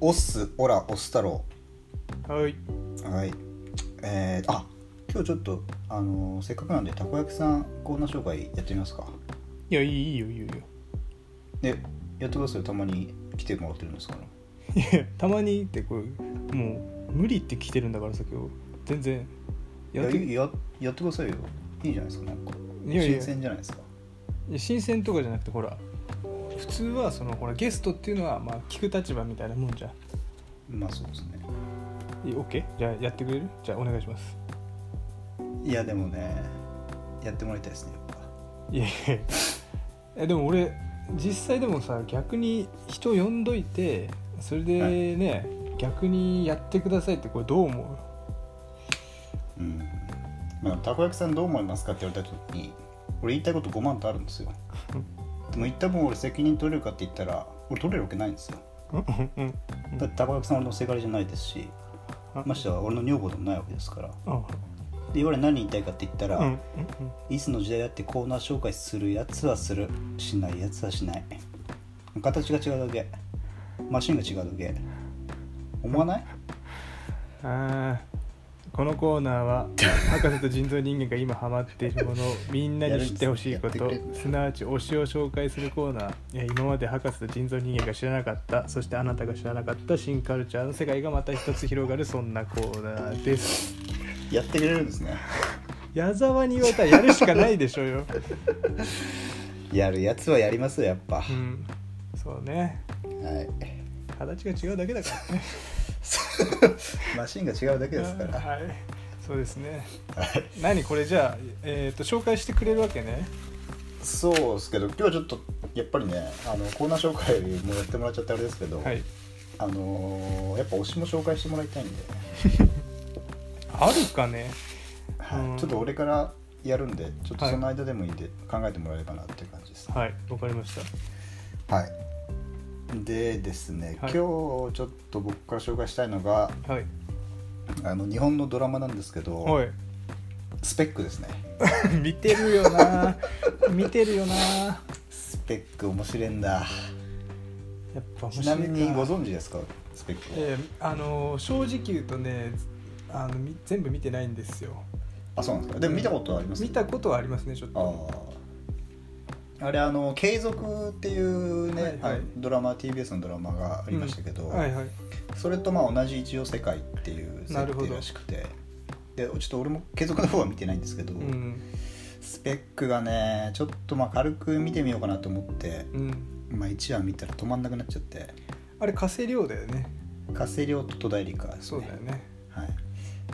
オッスオラオス太郎はいはいえー、あ今日ちょっとあのーせっかくなんでたこ焼きさんコーナー紹介やってみますかいやいいいいよいいよいいよでやってくださいよたまに来てもらってるんですからいやたまにってこれもう無理って来てるんだからさ今日全然やっていやややってくださいよいいじゃないですかなんかいやいや新鮮じゃないですかいや新鮮とかじゃなくてほら普通はそのほらゲストっていうのはまあ聞く立場みたいなもんじゃんまあそうですねいい OK じゃあやってくれるじゃあお願いしますいやでもねやってもらいたいですねやっぱいやいや いやでも俺実際でもさ逆に人呼んどいてそれでね、逆にやってくださいってこれどう思うんまあたこ焼きさんどう思いますかって言われた時に俺言いたいこと5万とあるん ですよでも言った分俺責任取れるかって言ったら俺取れるわけないんですよううんうんだってたこ焼きさんは俺のせがれじゃないですしあましては俺の女房でもないわけですからでうん言われ何言いたいかって言ったら、うんうんうんいつの時代だってコーナー紹介するやつはするしないやつはしない形が違うだけマシンが違うだけ思わないあーこのコーナー は博士と人造人間が今ハマっているものをみんなに知ってほしいこやとるんですすなわち推しを紹介するコーナーいや今まで博士と人造人間が知らなかったそしてあなたが知らなかった新カルチャーの世界がまた一つ広がるそんなコーナーですやってくれるんですね矢沢に言われたらやるしかないでしょ うよやるやつはやりますよやっぱ、うんそうねはい形が違うだけだからねマシンが違うだけですからはいそうですねはい何これじゃあ、えー、と紹介してくれるわけねそうですけど今日はちょっとやっぱりねあのコーナー紹介もやってもらっちゃってあれですけど、はいあのーやっぱ推しも紹介してもらいたいんで、あるかねはいうんちょっと俺からやるんでちょっとその間でもいいんで考えてもらえればなっていう感じですねはいわかりましたはい、でですね、は今い日ちょっと僕から紹介したいのがはい。あの日本のドラマなんですけど、おい。スペックですね 見てるよ な。見てるよな。やスペック面白いんだっぱ面白いちなみにご存知ですかスペック、えーあのー正直言うとね、あのみ全部見てないんですよ。あそうなんですかでも見たことあります見たことはありますね、ちょっあと。ーあれあの「継続」っていうね、はいはいあのドラマ TBS のドラマがありましたけど、はいはい。それとまあ同じ一応世界っていう設なるほ定どらしくてでちょっと俺も継続の方は見てないんですけど、うん。スペックがねちょっとまあ軽く見てみようかなと思って、うん。まあ、1話見たら止まんなくなっちゃってあれ、稼量だよね。加瀬亮と戸田恵梨香ですねそうだよね。はい、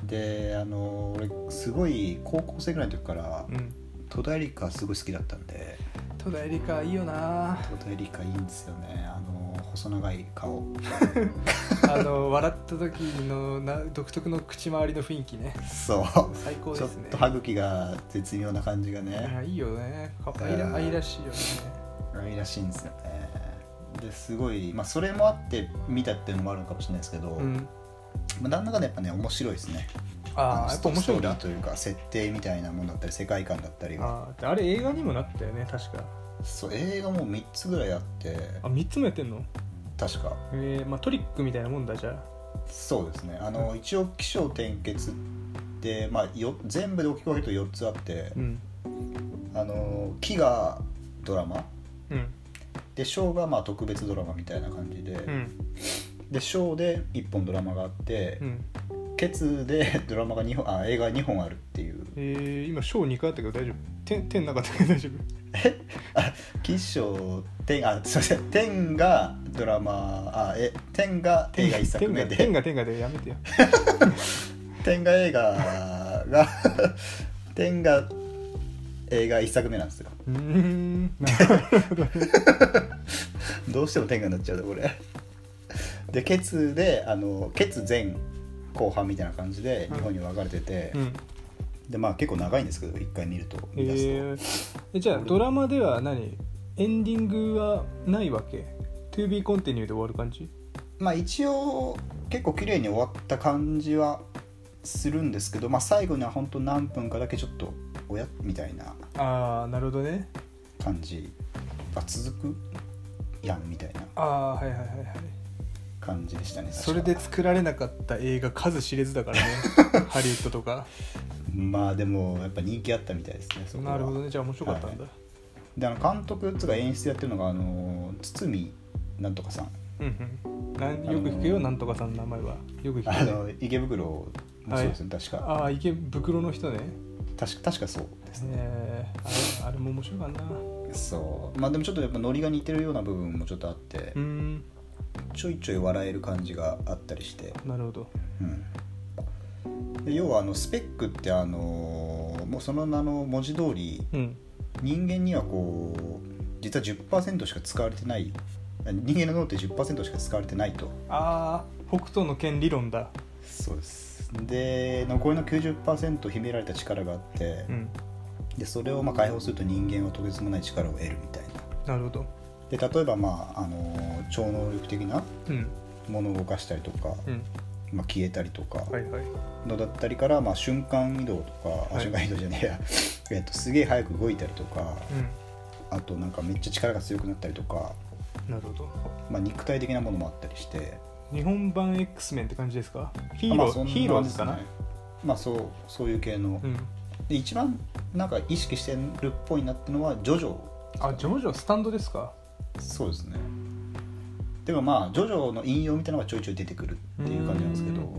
であの俺すごい高校生ぐらいの時から、うん。戸田恵梨香すごい好きだったんで戸田恵梨香いいよ な。戸田恵梨香いいんですよねあの細長い顔あの笑った時のな独特の口周りの雰囲気ね。そう最高ちょっですねと。歯茎が絶妙な感じがねあいいよね。か愛ら愛らしいよね。愛らしいんですよねですごい、まあ、それもあって見たっていうのもあるのかもしれないですけど、うん。まあ、なんだかんだやっぱね面白いですねああのあ、やっぱ面白いストーリなー。というか設定みたいなものだったり世界観だったりがあーであれ映画にもなったよね確かそう映画も3つぐらいあってあ3つもやってんの確かえーまあ、トリックみたいなもんだじゃあそうですねあの、一応起承転結って、まあ、よ全部で大きく分けると4つあってう、んあの木がドラマうんで小がまあ特別ドラマみたいな感じで、うんで小で1本ドラマがあってう、んケツで ドラマが2本あ映画2本あるっていうえー、今小2回あったけど大丈夫点点なかったけど大丈夫吉祥天あすいません天がドラマあえ天が映画1作目で点が点が点がでやめてよ天が映画が 天が映画一作目なんですようーん どうしても天がになっちゃうこれでケツであのケツ前後半みたいな感じで日本に分かれてて、うんでまあ結構長いんですけど一回見るとえ見出すと、ー、えじゃあドラマでは何エンディングはないわけ To be continued で終わる感じまあ一応結構綺麗に終わった感じはするんですけど、まあ、最後には本当何分かだけちょっとおやみたいなああなるほどね感じが続くやんみたいなああはいはいはいはい感じでしたね確かそれで作られなかった映画数知れずだ からねハリウッドとかまあでもやっぱ人気あったみたいですねそこはなるほどねじゃあ面白かったんだ、はであの監督つうか演出やってるのがあの堤なんとか さんうんうんなんよく聞くよ、あのーなんとかさんの名前はよく聞あくよの池袋もそうですね、確かああ池袋の人ね確か確かそうですねえー、あれあれも面白いかったなそうまあでもちょっとやっぱノリが似てるような部分もちょっとあってうんちょいちょい笑える感じがあったりして、なるほどうん、で要はあのスペックってあのもうその名の文字通りうん人間にはこう実は10%しか使われてない人間の脳って10%しか使われてないとああ北斗の剣理論だそうですで残りの90%秘められた力があって、うんでそれをまあ解放すると人間はとてつもない力を得るみたいななるほどで例えば、まあ、あの超能力的なうんものを動かしたりとか、うんまあ、消えたりとかはいはいのだったりから、まあ、瞬間移動とか、あはい瞬間移動じゃねえや えっとすげえ早く動いたりとかあとなんかめっちゃ力が強くなったりとか、うんなるほどまあ、肉体的なものもあったりして日本版 X メンって感じですかヒーまロあー、そんなヒーローですかなねまあそうそういう系の、うんで一番なんか意識してるっぽいなってのはジョジョあジョジョスタンドですかそうですねでもまあジョジョの引用みたいなのがちょいちょい出てくるっていう感じなんですけうど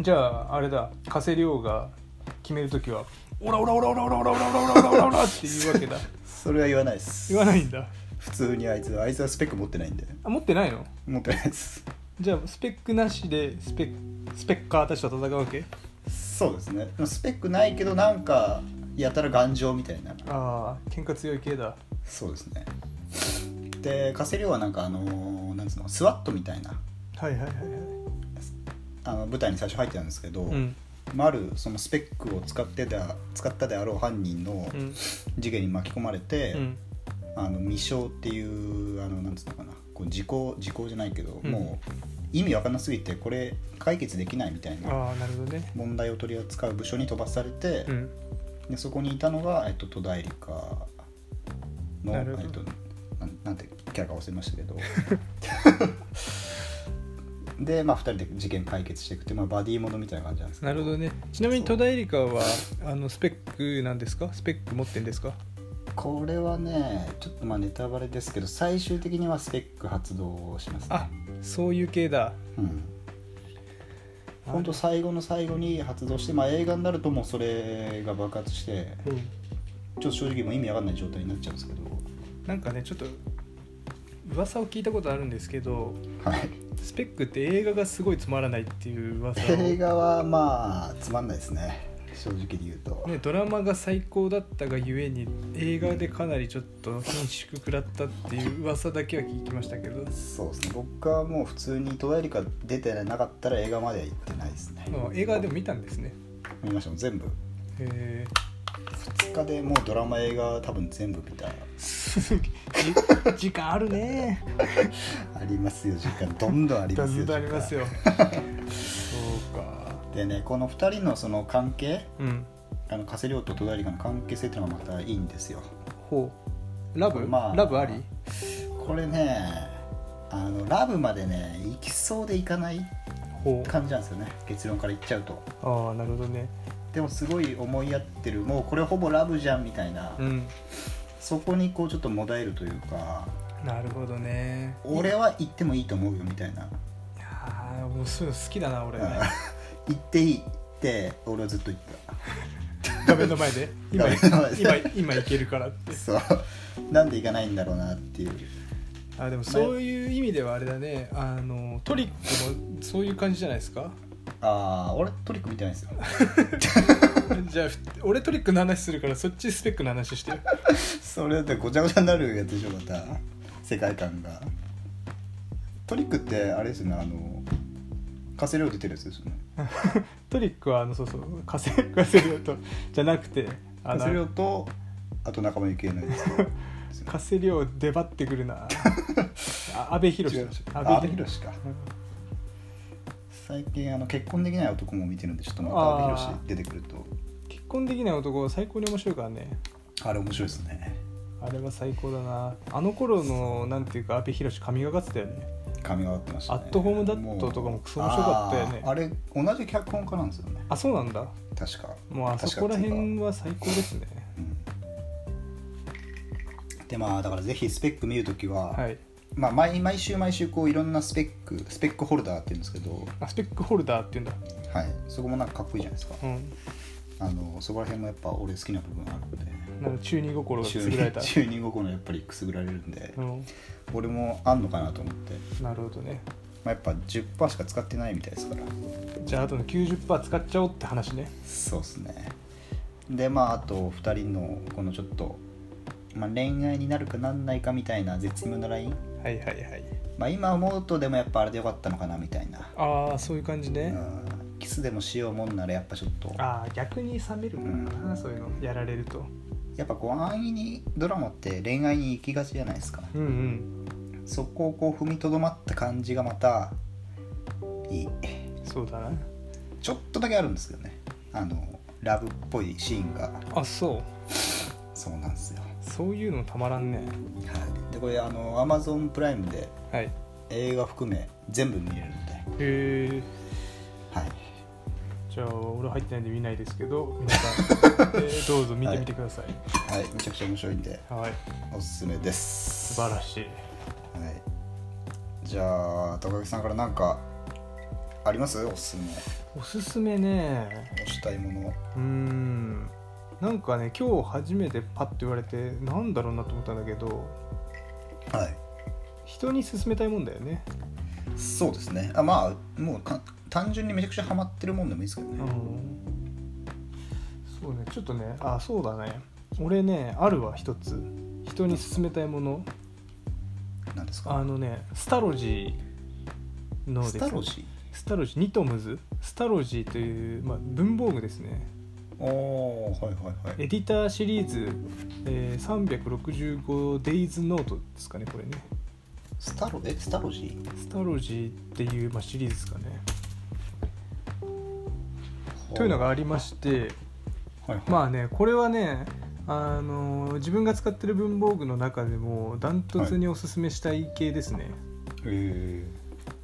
じゃああれだ加瀬亮が決めるときは「オラオラオラオラオラオラオラオラオラオラオラ」っていうわけだそれは言わないです言わないんだ普通にあいつあいつはスペック持ってないんであ持ってないの持ってないですじゃあスペックなしでスペックスペッカーたちと戦うわけそうですねスペックないけどなんかやたら頑丈みたいなああ喧嘩強い系だそうですねでカセリオはなんかあのーなんつうのスワットみたいなはいはいはいはいあの舞台に最初入ってたんですけど、うんまあ、あるそのスペックを使ってた使ったであろう犯人のうん事件に巻き込まれて、うんあの未証っていうあのなんつうのかなこう時効時効じゃないけど、うんもう意味わかんなすぎてこれ解決できないみたいなああなるほどね問題を取り扱う部署に飛ばされて、うんでそこにいたのが、えっと、戸田恵梨香のなるほどえっと、なんなんてキャラか忘れましたけ どで、まあ、2人で事件解決していくっていう、まあ、バディものみたいな感じなんですけなるほどねちなみに戸田恵梨香はあのスペックなんですかスペック持ってんですかこれはねちょっとまあネタバレですけど最終的にはスペック発動しますあね、そういう系だうん、本当最後の最後に発動して、まあ、映画になるともうそれが爆発してうんちょっと正直もう意味わかんない状態になっちゃうんですけどなんかねちょっと噂を聞いたことあるんですけどはいスペックって映画がすごいつまらないっていう噂を、 映画はまあつまんないですね正直に言うと、ね、ドラマが最高だったがゆえに映画でかなりちょっと貧縮食らったっていう噂だけは聞きましたけど、そうですね僕はもう普通に戸田恵梨香出てなかったら映画までは行ってないですねまあ、映画でも見たんですね見ましたもん全部へ2日でもうドラマ映画多分全部見たえ 時間あるねありますよ時 間どんどんありだますよ時ずだ間ありますよそうかでねこの2人のその関係うんあの加瀬亮と戸田恵梨香の関係性っていうのがまたいいんですよほうラブ、まあラブありこれねあのラブまでね行きそうで行かないほう感じなんですよね結論から言っちゃうとああなるほどねでもすごい思いやってるもうこれほぼラブじゃんみたいな、うんそこにこうちょっともだえるというかなるほどね俺は行ってもいいと思うよみたいな、いやーもうそういうの好きだな 俺ね行っていいって俺はずっと言った画面の前で今画面の前で今今いけるからってそうなんで行かないんだろうなっていうあでもそういう意味ではあれだねあのトリックもそういう感じじゃないですかああ俺トリック見てないん ですよじゃあふ俺トリックの話するからそっちスペックの話してそれだってごちゃごちゃになるやつでしょまた世界観がトリックってあれですよねあの加瀬亮出てるやつですよねトリックはあのそうそう稼ぐ稼ぐとじゃなくてあ加瀬亮のとあと仲間由紀恵のや つ稼量出張ってくるなあ阿部寛違だう阿阿部部寛寛か最近あの結婚できない男も見てるんでちょっとまた阿部寛出てくると結婚できない男最高に面白いからねあれ面白いですねあれは最高だなあの頃のなんていうか阿部寛神がかってたよね神がかってました、ね、アットホームダットとかもクソ面白かったよねあーあれ同じ脚本家なんですよねあそうなんだ確か、もうあそこら辺は最高ですねうん、でまあだからぜひスペック見るときは、はいまあ、毎毎週毎週こういろんなスペックスペックホルダーっていうんですけど、あスペックホルダーっていうんだはい、そこもなんかかっこいいじゃないですか、うんあのそこら辺もやっぱ俺好きな部分あ るんでなんか中二心がくすぐ られた中二後のやっぱりくすぐられるんで、うん俺もあんのかなと思って、なるほどねまあ、やっぱ10%しか使ってないみたいですからじゃああとの90%使っちゃおうって話ねそうですねでまああと2人のこのちょっと、まあ、恋愛になるかなんないかみたいな絶妙なライン、はいはいはいまあ、今思うとでもやっぱあれでよかったのかなみたいな、ああそういう感じうね、ん、キスでもしようもんならやっぱちょっとああ逆に冷めるもんだな、そういうのやられるとやっぱこう安易にドラマって恋愛に行きがちじゃないですかうんうんそこをこう踏みとどまった感じがまたいいそうだなちょっとだけあるんですけどねあのラブっぽいシーンがあそうそうなんですよ、はそういうのたまらんねい、でこれあの Amazon プライムではいへ映画含め全部見れるので、えはい、じゃあ俺入ってないんで見ないですけど 皆さん、えーどうぞ見てみてください、はい、めちゃくちゃ面白いんではい、おすすめです素晴らしいはい、じゃあ高木さんから何かありますおすすめおすすめね推したいものうーんなんかね今日初めてパッと言われてなんだろうなと思ったんだけどはい人に勧めたいもんだよね、そうですねあまあもうか単純にめちゃくちゃハマってるもんでもいいですけどうね、ん、そうねちょっとねあそうだね俺ねあるわ一つ人に勧めたいものなんですあかのねスタロジーのですスタロジスタロジーニトムズスタロジーという、まあ、文房具ですねーおーはいはいはいエディターシリーズ、えー、365days ノートですかねこれねスタロえスタロジースタロジーっていう、まあ、シリーズですかねというのがありましてはいはい、まあねこれはねあのー自分が使ってる文房具の中でもダントツにおすすめしたい系ですね、え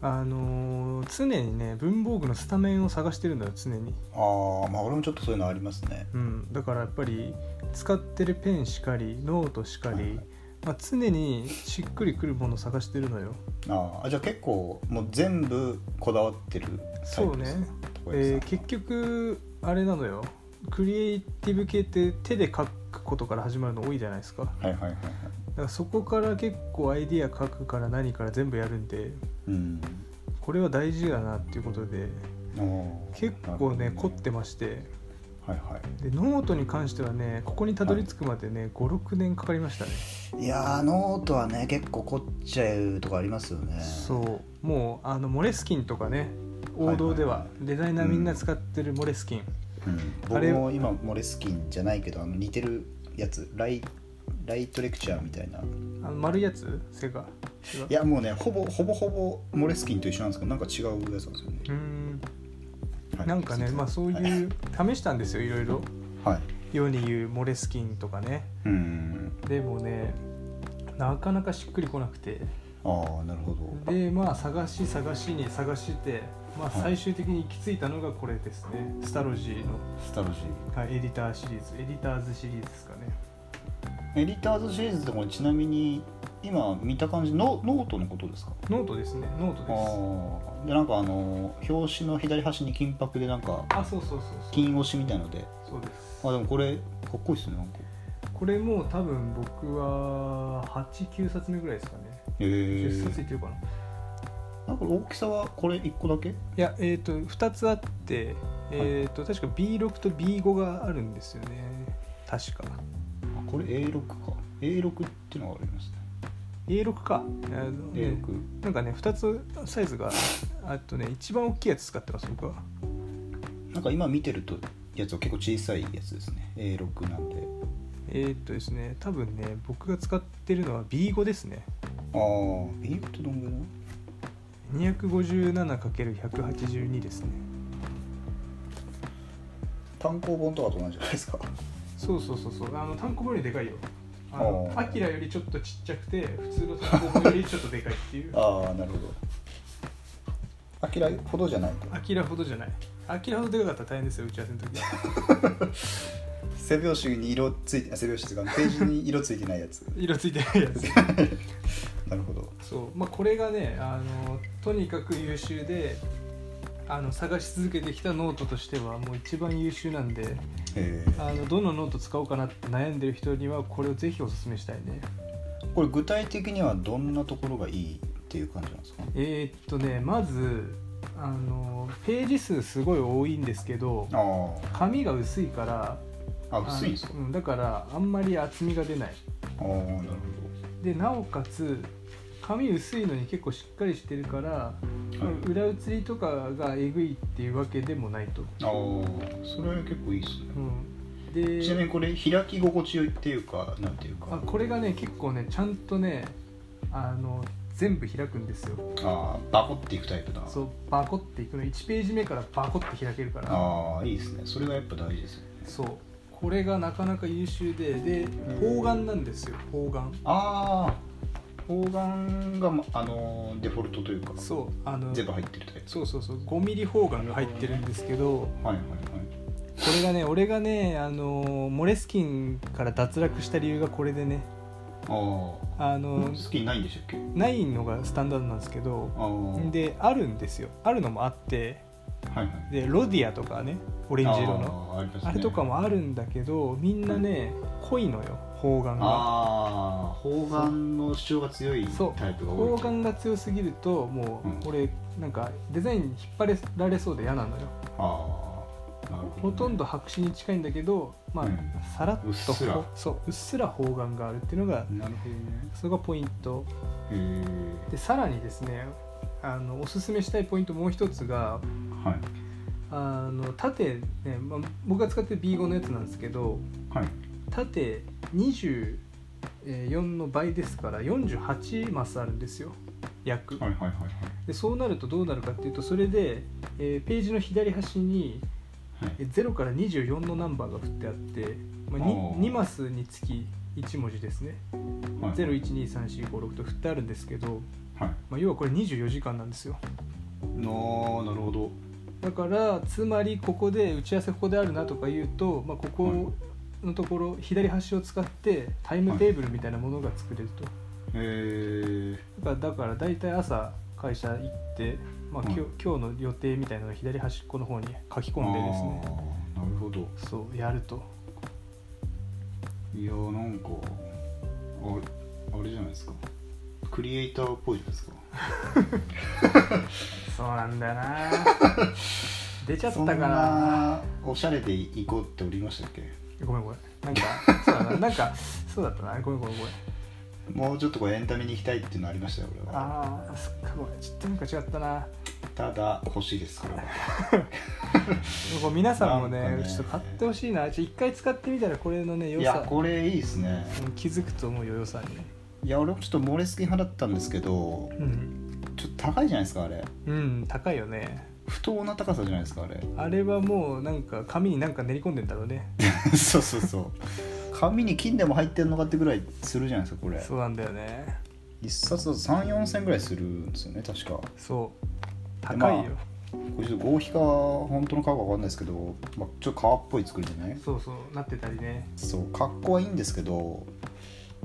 あのー常にね文房具のスタメンを探してるんだよ常に、ー、ああまあ俺もちょっとそういうのありますねうん、だからやっぱり使ってるペンしかりノートしかり、はいはいまあ、常にしっくりくるものを探してるのよあーあじゃあ結構もう全部こだわってるタイそうプでねすねえー結局あれなのよクリエイティブ系って手で書くことから始まるの多いじゃないですかだはかいはいはいはいらそこから結構アイディア書くから何から全部やるんでうんこれは大事だなっていうことでおー結なるほ構どね凝ってましてはいはでノートに関してはねここにたどり着くまでね56年かかりましたねいいやーノートはね結構凝っちゃうとかありますよねそうもうあのモレスキンとかね王道ではいははいデザイナーみんな使ってるモレスキン、うん、あれ僕も今モレスキンじゃないけどあの似てるやつライライトレクチャーみたいなあの丸いやつセガ違ういやもうねほぼほぼほぼモレスキンと一緒なんですけどなんか違うやつなんですよねうーんはいなんかね、まあ、そういう試したんですよいろいろはい世に言うモレスキンとかねうんでもねなかなかしっくりこなくてああなるほどでまあ探し探しに探して、まあ、はい最終的に行き着いたのがこれですね、スタロジーの、スタロジはい、エディターシリーズエディターズシリーズですかねーエディターズシリーズってこれちなみに今見た感じノノートのことですかノートですねノートああですでなんかあの表紙の左端に金箔でなんかあそうそうそうそう金押しみたいのでそうですあでもこれかっこいいですねなんかこれも多分僕は89冊目ぐらいですかねへえ10冊いってるかな、なんか大きさはこれ1個だけいや、えー、と2つあって、えーと確か B6 と B5 があるんですよね確かあこれ A6 か A6 っていうのがありますね A6 かあのね A6 なんかね2つサイズがあとね一番大きいやつ使ってます僕はなんか今見てるとやつは結構小さいやつですね A6 なんでえーっ、とですね多分ね僕が使ってるのは B5 ですねああ B ってどんぐらいな 257×182 ですね単行本とかと同じじゃないですかそうそうそうそうあの単行本よりでかいよああのあーアキラよりちょっとちっちゃくて普通のタケコプよりちょっとでかいってい うああなるほどアキラほどじゃないとアキラほどじゃないアキラほどでかかったら大変ですよ打ち合わせの時 は背拍子に色ついてあ背拍子とかページに色ついてないやつ 色ついてないやつなるほどそうまあこれがねあのとにかく優秀であの探し続けてきたノートとしてはもう一番優秀なんでえあのどのノート使おうかなって悩んでる人にはこれをぜひおすすめしたいねー、これ具体的にはどんなところがいいっていう感じなんですかえーっとねまずあのページ数すごい多いんですけどあ紙が薄いからああ薄いんですかあのうんだからあんまり厚みが出ないああなるほでなおかつ紙薄いのに結構しっかりしてるから、ど、はい、裏写りとかがえぐいっていうわけでもないと、ああそれは結構いいですねうん、ちなみでにこれ開き心地よいっていうかなんていうかあこれがね結構ねちゃんとねあの全部開くんですよあーバコっていくタイプだそうバコっていくの1ページ目からバコって開けるからああいいですねそれがやっぱ大事ですよねそうこれがなかなか優秀ででん方眼なんですよ方眼ああ方眼が、ま、あのーデフォルトというかそうあの全部入ってるタイプそうそうそう5ミリ方眼が入ってるんですけどはいはいこれがね俺がねあのモレスキンから脱落した理由がこれでねはいあああの好きないんでしたっけないのがスタンダードなんですけどああはいであるんですよあるのもあってはいでロディアとかねオレンジ色のあーありますねあれとかもあるんだけどみんなね濃いのよ方眼がああ方眼の主張が強いそうタイプが多方い眼が強すぎるともう俺なんかデザインに引っ張られそうで嫌なのよああなるほどね、ほとんど白紙に近いんだけどまあうんさらっとうっすらそううっすら方眼があるっていうのがなるほどねそれがポイントへえでさらにですねあのおすすめしたいポイントもう一つがはいあの縦、ねまあ、僕が使ってる B5 のやつなんですけどはい縦24の倍ですから48マスあるんですよ約、はいはいはいでそうなるとどうなるかっていうとそれで、えーページの左端にはいはいえー0から24のナンバーが振ってあって、まあ、おー 2, 2マスにつき1文字ですねはい0123456と振ってあるんですけど、はいまあ、要はこれ24時間なんですよのなるほどだからつまりここで打ち合わせここであるなとか言うと、まあ、ここのところ左端を使ってタイムテーブルみたいなものが作れると、へえだからだから大体朝会社行って、まあうん今日今日の予定みたいなのを左端っこの方に書き込んでですねあーなるほどそうやるといやーなんかああれじゃないですかクリエイターっぽいじゃないですかそうなんだよな 出ちゃっそたんかななおしゃれで行こうっておりましたっけごめんごめんなんか そうだななんかそうだったなごめんごめんごめんもうちょっとこうエンタメに行きたいっていうのありましたよ俺はああそっかごめんちょっとなんか違ったなただ欲しいですからこう皆さんもねなんかねちょっと買ってほしいなちょっと一回使ってみたらこれのね良いやさこれいいですねうん気づくと思うよ良さにいや俺もちょっとモレスキン派だったんですけどうん、ちょっと高いじゃないですかあれうん、高いよね不当な高さじゃないですかあれ あれはもうなんか紙になんか練り込んでんだろうねそうそうそう紙に金でも入ってんのかってぐらいするじゃないですかこれそうなんだよね一冊だと34千ぐらいするんですよね確かそう高いまあよ、これちょっと合皮か本当の皮かわかんないですけど、まあ、ちょっと革っぽい作りでねそうそうなってたりねそう格好はいいんですけど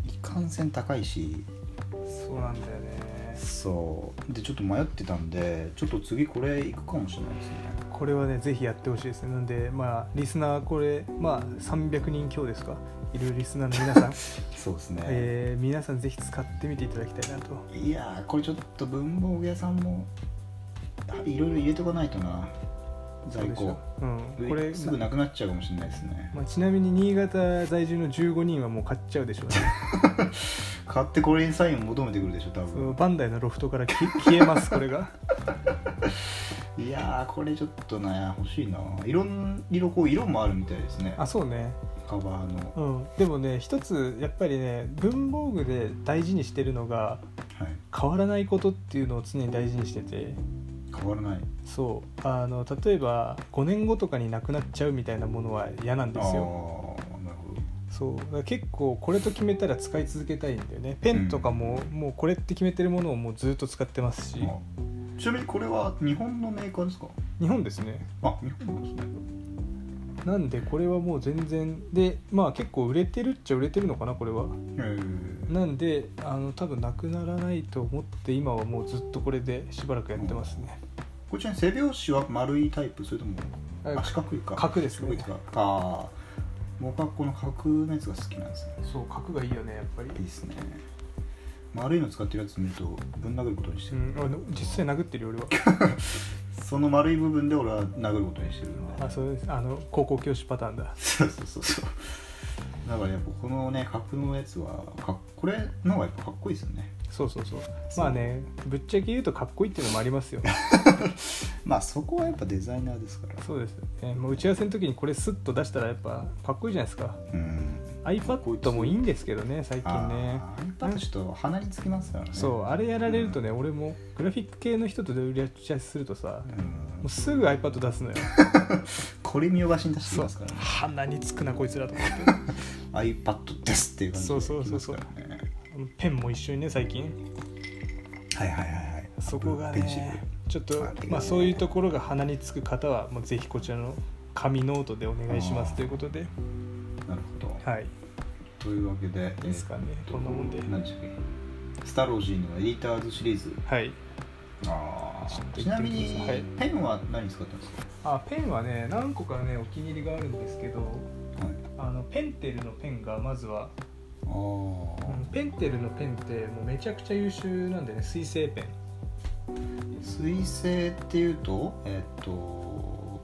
いかんせん高いしそうなんだよねそうでちょっと迷ってたんでちょっと次これ行くかもしれないですねこれはねぜひやってほしいですねなんでまあリスナーこれまあ300人強ですかいるリスナーの皆 さん、そうですね、えー皆さんぜひ使ってみていただきたいなといやーこれちょっと文房具屋さんもあいろいろ入れとかないとな在そうでし庫ょうんこれすぐなくなっちゃうかもしれないですねまあ、ちなみに新潟在住の15人はもう買っちゃうでしょうね 買ってこれにサイン求めてくるでしょ多その分バンダイのロフトからき消えますこれがいやーこれちょっとね欲しいないろん色こう色もあるみたいですねあそうねカバーの、はうんでもね一つやっぱりね文房具で大事にしてるのがい、変わらないことっていうのを常に大事にしてて変わらないそうあの例えば5年後とかになくなっちゃうみたいなものは嫌なんですよああなるほどそうだから結構これと決めたら使い続けたいんだよねペンとかも、もうこれって決めてるものをもうずっと使ってますし、ちなみにこれは日本のメーカーですか日本ですねあ日本なんですねなんでこれはもう全然でまあ結構売れてるっちゃ売れてるのかなこれはへえなんであの多分なくならないと思って今はもうずっとこれでしばらくやってますね、こちらに背拍子は丸いタイプそれともああ四角いか角ですね四角いかああ僕はこの角のやつが好きなんですねそう角がいいよねやっぱり、いいですね丸いの使ってるやつ見るとぶん殴ることにしてうる、ん、あの実際殴ってるよ俺はその丸い部分で俺は殴ることにしてるんであそうですあの高校教師パターンだそうそうそうそうだからやっぱこのね角のやつはかっこれの方がやっぱかっこいいですよねそうそうそうまあねぶっちゃけ言うとかっこいいっていうのもあります よまあそこはやっぱデザイナーですからそうですよねもう打ち合わせの時にこれスッと出したらやっぱかっこいいじゃないですかうんこいいです iPad ねもいいんですけどね最近ねあー iPad ちょっと鼻につきますからねそうあれやられるとね、俺もグラフィック系の人と打ち合わせするとさ、うもんうすぐ iPad 出すのよこれ見逃しに出してきそうます からね鼻につくなこいつらと思って iPad ですっていう感じでそうそうそうそう来ますからねペンも一緒にね最近はいはいはいはいそこがペンシルねちょっとあいいねまあそういうところが鼻につく方はもうぜひこちらの紙ノートでお願いしますということでなるほど、はいというわけでいいですかねえーこんなもんで何でしたっけスタロジーのエディターズシリーズはいあちょっとちなみ行ってみてに、くださいペンは何使ったんですか、あペンはね何個かねお気に入りがあるんですけどはい、あのペンテルのペンがまずは、あうんペンテルのペンってもうめちゃくちゃ優秀なんでね水性ペンー水性っていうとえっと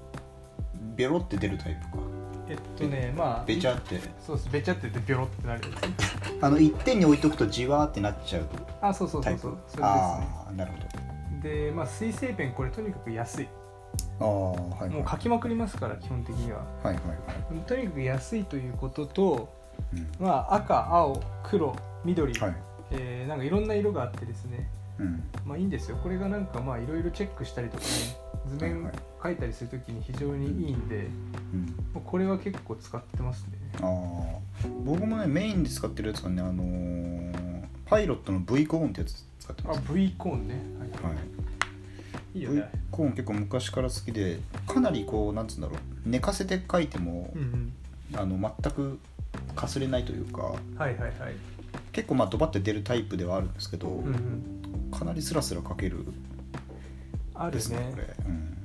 ベロって出るタイプかえっとねまあベチャってそうですべちゃっててビョロってなるやつあの一点に置いとくとじわーってなっちゃうあそうそうタそイうプそうそれああなるほですねでまあ水性ペンこれとにかく安いどああはいはいもう書きまくりますから基本的にははいはいはいとにかく安いということとうんまあ赤青黒緑、はいえーなんかいろんな色があってですねうんまあいいんですよこれがなんかまあいろいろチェックしたりとかね図は面いはい書いたりするときに非常にいいんで、うんもうこれは結構使ってますねああ僕もねメインで使ってるやつはねあのーパイロットの V コーンってやつ使ってあます V コーンね、はいはいい、いよ V ねコーン結構昔から好きでかなりこうなんつうんだろう寝かせて書いても、うんあの全くかすれないというかうんはいはいはい結構まあドバって出るタイプではあるんですけど、うんうんかなりスラスラ書けるあでるすねねこれ、うん、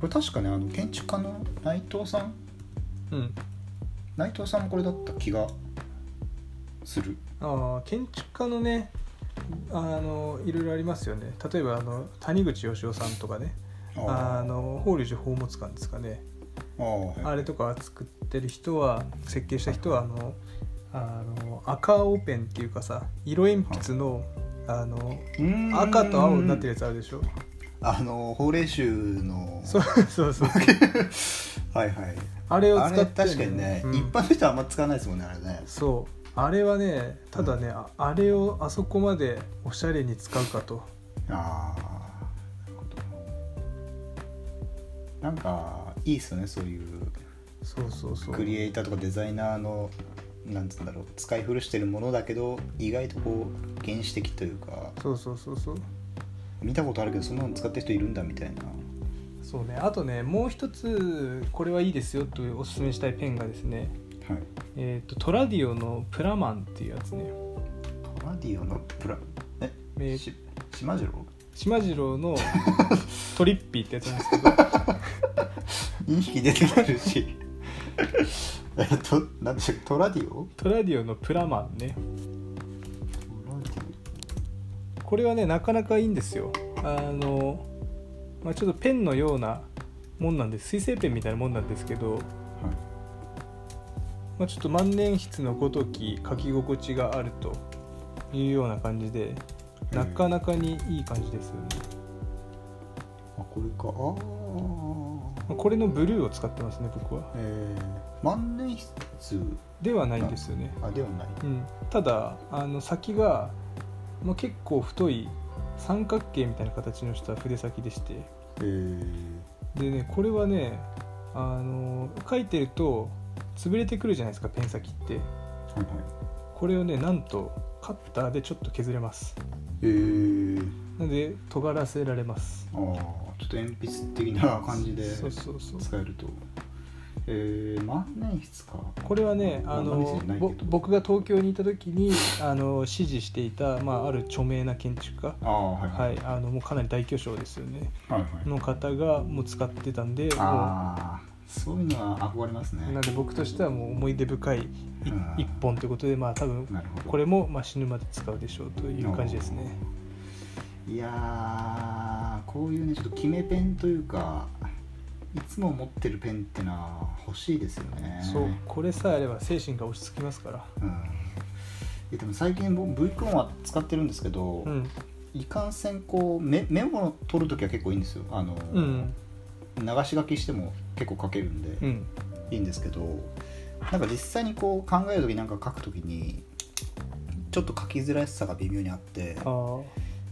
これ確かねあの建築家の内藤さんうん内藤さんもこれだった気がするああ建築家のねあのいろいろありますよね例えばあの谷口義雄さんとかねあの法隆寺宝物館ですかねあーあれとか作ってる人は設計した人はあのあの赤青ペンっていうかさ色鉛筆のあのうーん赤と青になってるやつあるでしょあの法令宗のそうそうそう はいはいあれをあ使れってる確んかだよにね、うん一般の人はあんま使わないですもんねあれねそうあれはねただね、ああれをあそこまでおしゃれに使うかとああなるほどなんかいいっすよねそういうそうそうそうクリエイターとかデザイナーのなんつうんだろう使い古してるものだけど意外とこう原始的というかそうそうそうそう見たことあるけどそんなの使ってる人いるんだみたいなそうねあとねもう一つこれはいいですよというおすすめしたいペンがですね、はいえー、とトラディオのプラマンっていうやつねトラディオのプラええーし島次郎島次郎のトリッピーってやつなんですけど2匹出てくるし えっと何でしたっけトラディオトラディオのプラマンねトラディこれはねなかなかいいんですよあの、まあ、ちょっとペンのようなもんなんで水性ペンみたいなもんなんですけど、オはいまあ、ちょっと万年筆のごとき書き心地があるというような感じでなかなかにいい感じですよね、あこれかあまあこれのブルーを使ってますね僕はあえー、万年筆ではないんですよね、あではないうん、ただあの先が、まあ、結構太い三角形みたいな形のした筆先でしてえー、でねこれはねあの書いてると潰れてくるじゃないですかペン先ってはいこれをねなんとカッターでちょっと削れますえー、なので尖らせられますああちょっと鉛筆的な感じでそうそうそう使えるとえー、万年筆かこれはねまああまあ別のにないけどぼ僕が東京にいた時にあの支持していた、まあ、ある著名な建築家ああはいははいい、あのもうかなり大巨匠ですよねはいはいの方がもう使ってたんでもああそういうのは憧れますねうなんで僕としてはもう思い出深いいうん一本ということでまあ多分なるほどこれもまあ死ぬまで使うでしょうという感じですねいやーこういうねちょっと決めペンというかいつも持ってるペンってのは欲しいですよねそうこれさえあれば精神が落ち着きますからうんいやでも最近僕 V 君は使ってるんですけど、うんいかんせんこうメメモを取るときは結構いいんですよあの、うん流し書きしても結構書けるんで、うんいいんですけどなんか実際にこう考える時なんか書く時にちょっと書きづらさが微妙にあってあー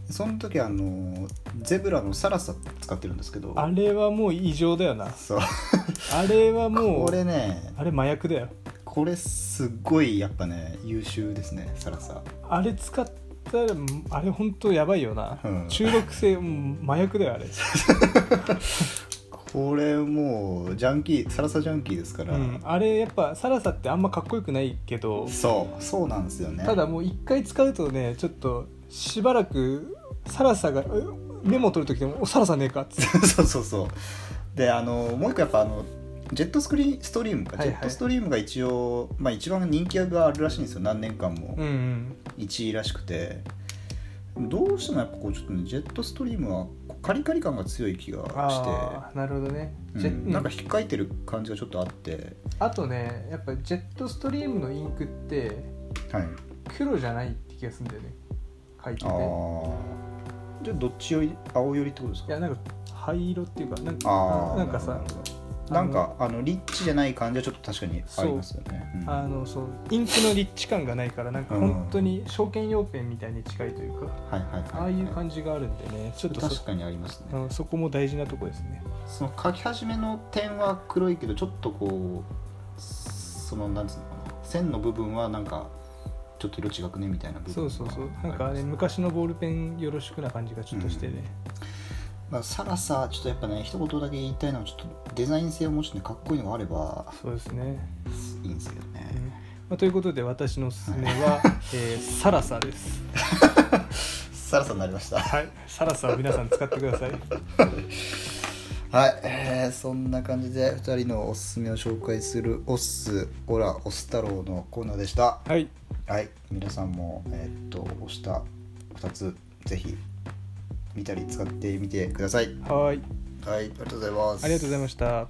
その時あのゼブラのサラサ使ってるんですけどあれはもう異常だよなそうあれはもこうれねあれ麻薬だよこれすっごいやっぱね優秀ですねサラサあれ使ったらうんあれ本当やばいよな、うん中毒性うん麻薬だよあれこれもうジャンキーサラサジャンキーですから、うん、あれやっぱサラサってあんまかっこよくないけどそうそうなんですよねただもう一回使うとねちょっとしばらくサラサがえメモ取る時でも「おサラサねえか」っつって そうそうそうであのもう一個やっぱあのジェットスクリーンストリームか、はいはいジェットストリームが一応、まあ、一番人気があるらしいんですよ何年間もうんうん1位らしくて、どうしてもやっぱこうちょっとねジェットストリームはこうカリカリ感が強い気がああなるほどねして、ジェうんなんか引っかいてる感じがちょっとあってあとねやっぱジェットストリームのインクってはい黒じゃないって気がするんだよね書いてあてあじゃあどっちより青寄りってことですいかやなんか灰色っていうかなんあかあなんかさなんかあのリッチじゃない感じはちょっと確かにありますよねうんあのそうインクのリッチ感がないからなんか本当に証券用ペンみたいに近いというかはいはいはいはいああいう感じがあるんでねちょっとそ確かにありますねうんそこも大事なとこですねその書き始めの点は黒いけどちょっとこうそのなんつうのかな線の部分はなんかちょっと色違くねみたいな部分そうそうそうなんかありまねす昔のボールペンよろしくな感じがちょっとしてね、まあ、サラさちょっとやっぱね一言だけ言いたいのはちょっとデザイン性を持ちてかっこいいのがあればそうですね、いいんですけどね、うんまあ、ということで私のおすすめ は、えーサラサですサラさになりました はいサラサを皆さん使ってくださいはい、えーそんな感じで2人のおすすめを紹介する「オッスオラオス太郎」のコーナーでしたはいはい、皆さんも、えーっと、押した2つ、ぜひ見たり使ってみてください。はーいはい、ありがとうございます。ありがとうございました